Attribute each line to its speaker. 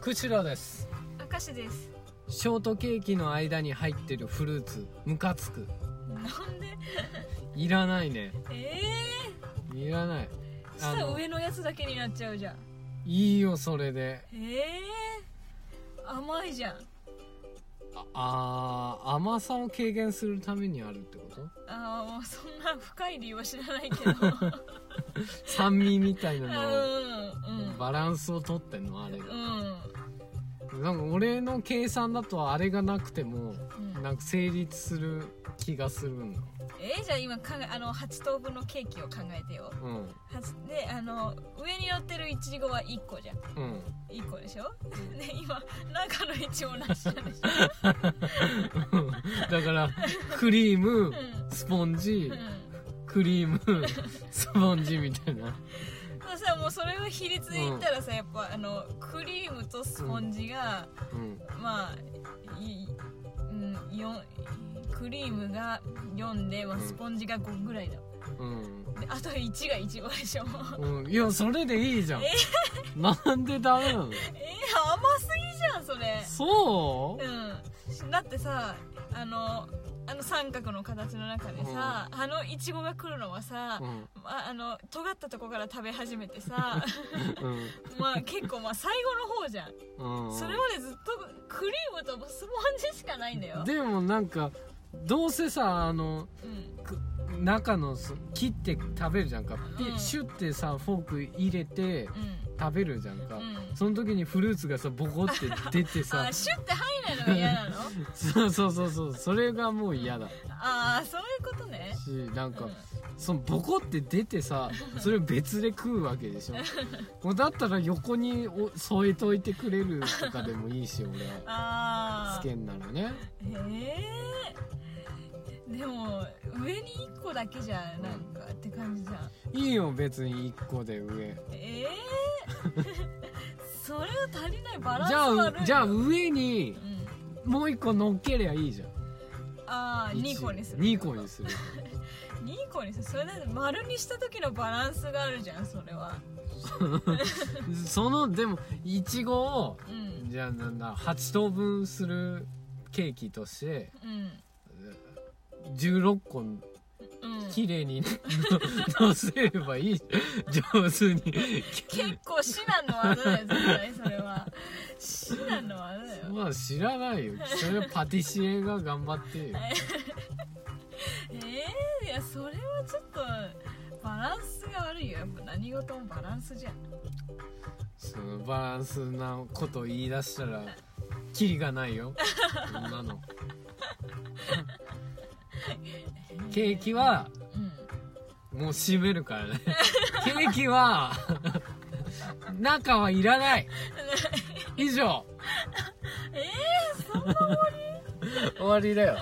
Speaker 1: くしろです
Speaker 2: 明石です
Speaker 1: ショートケーキの間に入ってるフルーツムカつく
Speaker 2: なんで
Speaker 1: いらないね
Speaker 2: え
Speaker 1: いらない
Speaker 2: え
Speaker 1: あ
Speaker 2: ー、したら
Speaker 1: の
Speaker 2: 上のやつだけになっちゃうじゃん
Speaker 1: いいよそれで
Speaker 2: ええー、甘いじゃん
Speaker 1: ああー甘さを軽減するためにあるってこと
Speaker 2: あーもうそんな深い理由は知らないけど
Speaker 1: 酸味みたいな
Speaker 2: うん
Speaker 1: のを
Speaker 2: うん
Speaker 1: バランスをとってんのあれが
Speaker 2: うん
Speaker 1: なんか俺の計算だとあれがなくても
Speaker 2: うん
Speaker 1: なんか成立する気がするの
Speaker 2: えー、じゃあ今かんあの8等分のケーキを考えてよ
Speaker 1: うん
Speaker 2: はつであの上に乗ってるいちごは1個じゃん
Speaker 1: うん
Speaker 2: 1個でしょで今中のいちごなしなんでしょ
Speaker 1: うんだからクリーム
Speaker 2: ん
Speaker 1: スポンジ
Speaker 2: うん
Speaker 1: クリームスポンジみたいな
Speaker 2: まあさもうそれを比率で言ったらさ、やっぱあのクリームとスポンジが、
Speaker 1: うん
Speaker 2: まあいうんよんクリームが4で、まあ、
Speaker 1: うん
Speaker 2: スポンジが5ぐらいだ、であと1がいちごでしょ
Speaker 1: うん、うん、いやそれでいいじゃん なんでダメなの
Speaker 2: えー、甘すぎじゃんそれ
Speaker 1: そう
Speaker 2: うんだってさあのあの三角の形の中でさ、あのいちごが来るのはさ、
Speaker 1: うん
Speaker 2: まあ、あの尖ったとこから食べ始めてさ
Speaker 1: うん
Speaker 2: まあ結構まあ最後の方じゃん
Speaker 1: うん
Speaker 2: それまでずっとクリームとスポンジしかないんだよ、
Speaker 1: でもなんかどうせさあの
Speaker 2: うん、
Speaker 1: く中のそ切って食べるじゃんか、ピ
Speaker 2: うん
Speaker 1: シュッてさフォーク入れて
Speaker 2: うん
Speaker 1: 食べるじゃんか、
Speaker 2: うん
Speaker 1: その時にフルーツがさボコって出てさ
Speaker 2: あシュッて入らないのが嫌なの
Speaker 1: そうそうそうそうそれがもう嫌だ
Speaker 2: ああそういうことね
Speaker 1: しなん
Speaker 2: う
Speaker 1: か
Speaker 2: ん
Speaker 1: そのボコって出てさそれを別で食うわけで しょもうだったら横にお添えといてくれるとかでもいいし俺は
Speaker 2: あ
Speaker 1: つ
Speaker 2: あ
Speaker 1: けんならね
Speaker 2: ええでも上に1個だけじゃんなんかって感じじゃん
Speaker 1: いいよ別に1個で上
Speaker 2: ええ それは足りないバランス
Speaker 1: じゃ
Speaker 2: 悪い
Speaker 1: あ
Speaker 2: よ
Speaker 1: じゃあ上に
Speaker 2: うん
Speaker 1: もう1個乗っけりゃいいじゃん
Speaker 2: ああ2個にする
Speaker 1: 2個にする
Speaker 2: 2個にするそれだって丸にした時のバランスがあるじゃんそれは
Speaker 1: そのでもいちごを
Speaker 2: うん
Speaker 1: じゃあなんだ8等分するケーキとして
Speaker 2: うん
Speaker 1: 16個
Speaker 2: うん
Speaker 1: 綺麗に のせればいい上手に
Speaker 2: 結構至難の技だよ絶対それは至難の技だよ
Speaker 1: まあ知らないよそれはパティシエが頑張ってよ
Speaker 2: えー、いやそれはちょっとバランスが悪いよやっぱ何事もバランスじゃん
Speaker 1: そのバランスなこと言い出したらキリがないよそんなのケーキは
Speaker 2: うん
Speaker 1: もう閉めるからねケーキは中はいらない以上
Speaker 2: え
Speaker 1: 終わりだよ